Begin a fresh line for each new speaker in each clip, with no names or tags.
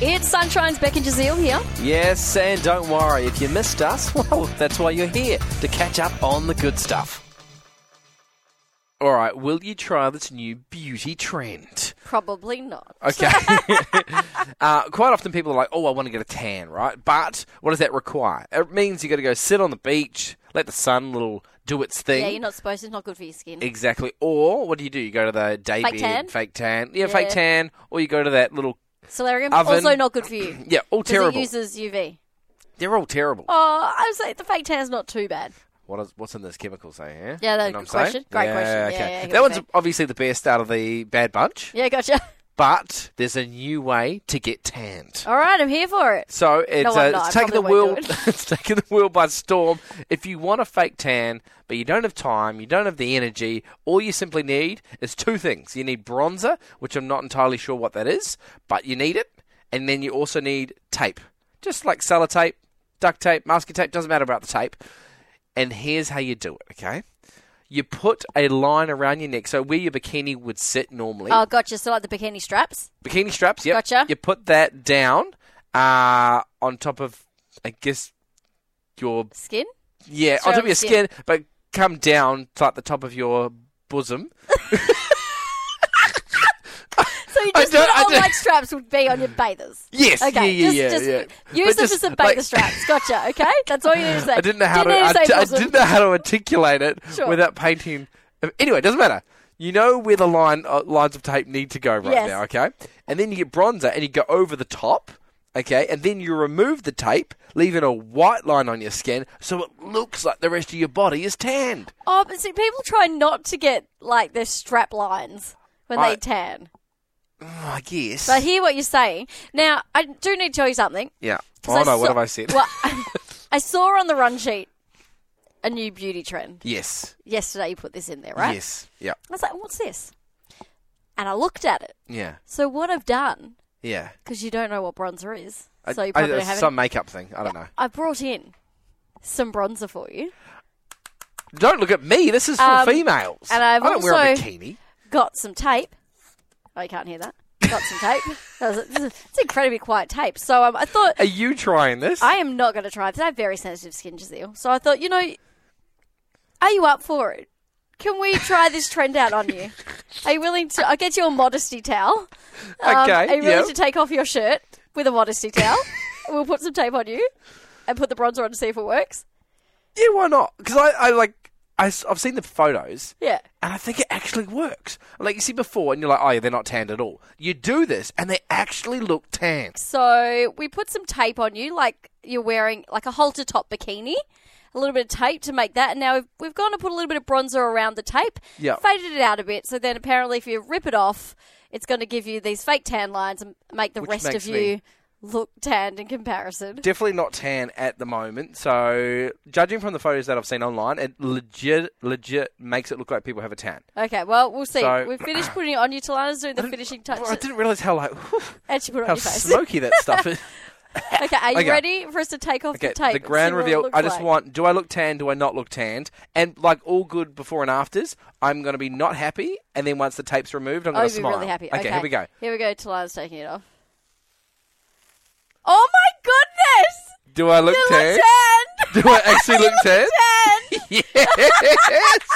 It's Sunshine's Becky Jazeel here.
Yes, and don't worry, if you missed us, well, that's why you're here, to catch up on the good stuff. All right, will you try this new beauty trend?
Probably not.
Okay. uh, quite often people are like, oh, I want to get a tan, right? But what does that require? It means you got to go sit on the beach, let the sun little do its thing.
Yeah, you're not supposed. It's not good for your skin.
Exactly. Or what do you do? You go to the day
Fake
bed,
tan?
fake tan. Yeah,
Yeah.
fake tan. Or you go to that little
Solarium
Oven.
also not good for you.
yeah, all
'cause
terrible.
It uses UV.
They're all terrible.
Oh, I would say the fake tan's not too bad.
What is what's in this chemical say? Yeah,
Yeah, that-
You know what
good
I'm
question. Great question. Yeah, yeah, I get
that
what you
one's
mean.
obviously the best out of the bad bunch,
Yeah, gotcha.
but there's a new way to get tanned.
All right, I'm here for it.
So it's,
No, I'm
uh,
not.
it's
I
taking the
probably won't
world,
do
it's taking the world by storm. If you want a fake tan, but you don't have time, you don't have the energy, all you simply need is two things. You need bronzer, which I'm not entirely sure what that is, but you need it, and then you also need tape, just like sellotape, duct tape, masking tape. Doesn't matter about the tape. And here's how you do it. Okay, you put a line around your neck, so where your bikini would sit normally
Oh, gotcha. So like the bikini straps.
bikini straps. Yep.
Gotcha.
You put that down uh, on top of, I guess, your
Skin?
yeah,
Straight
on top
on
of your
the skin.
skin, but come down to like the top of your bosom.
So you
I
just
don't-
the
I
old
don't-
white straps would be on your bathers.
Yes.
Okay,
yeah, yeah,
just,
yeah,
just
yeah.
use
But
them
just,
as a bather
like-
straps. Gotcha. Okay, that's all you need to say.
I didn't know how
Didn't need
to. I,
say
d- I
bosom.
didn't know how to articulate it
Sure.
without painting. Anyway, it doesn't matter. You know where the line uh, lines of tape need to go right
Yes.
now, okay? And then you get bronzer and you go over the top, okay? And then you remove the tape, leaving a white line on your skin, so it looks like the rest of your body is tanned.
Oh, but see, people try not to get like their strap lines when
I-
they tan.
Oh, I guess.
But I hear what you're saying. Now, I do need to tell you something.
yeah.
'cause
Oh no, what
saw-
have I said?
Well, I saw on the run sheet a new beauty trend.
yes.
Yesterday, you put this in there, right?
Yes. Yeah.
I was like, what's this? And I looked at it.
Yeah.
So, what I've done,
Yeah.
because you don't know what bronzer is,
I-
so you
I-
probably
it's
don't have
some makeup thing. I don't know.
I brought in some bronzer for you.
Don't look at me. This is for
Um,
females.
and I've
I don't wear a
also-
bikini.
got some tape. Oh, you can't hear that. Got some tape. That was a- this is- it's incredibly quiet tape. So um, I thought
Are you trying this?
I am not going to try this. I have very sensitive skin, Giselle. So I thought, you know, are you up for it? Can we try this trend out on you? Are you willing to? I'll get you a modesty towel. Um,
Okay,
Are you willing
yep.
to take off your shirt with a modesty towel? we'll put some tape on you and put the bronzer on to see if it works.
Yeah, why not? Because I, I like, I, have seen the photos,
Yeah.
and I think it actually works. Like you see before, and you're like, oh yeah, they're not tanned at all. You do this, and they actually look tanned.
So we put some tape on you, like you're wearing like a halter top bikini, a little bit of tape to make that. And now we've, we've gone and put a little bit of bronzer around the tape,
Yeah.
faded it out a bit. So then apparently, if you rip it off, it's going to give you these fake tan lines and make the
Which
rest of
makes
you
me-
look tanned in comparison.
Definitely not tan at the moment. So judging from the photos that I've seen online, it legit, legit makes it look like people have a tan.
Okay, well we'll see.
So-
We've finished putting it on you. Talana's doing the finishing
Well, I
touches,
didn't realize how like
and she put it on
how
your face.
smoky that stuff is.
okay, are you
Okay.
ready for us to take off
Okay,
the tape?
the
and see
grand
what it
reveal.
looks
I just
like?
want: do I look tan? Do I not look tanned? And like all good before and afters, I'm going to be not happy, and then once the tape's removed, I'm
Oh,
going
you'd
to
be
smile.
really happy. Okay,
here we go.
Here we go. Talana's taking it off. Oh my goodness!
Do I look
You
tan?
look tan.
Do I actually look tan?
Tan.
Yes.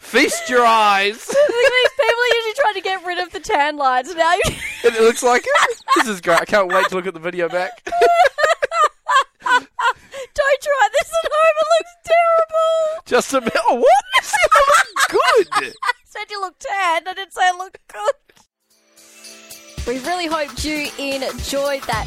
Feast your eyes.
These people are usually trying to get rid of the tan lines. Now you.
And it looks like it. This is great. I can't wait to look at the video back.
Don't try this at home. It looks terrible.
Just a bit. Oh, what? I look good.
I said you look tan. I didn't say I look good. We really hoped you enjoyed that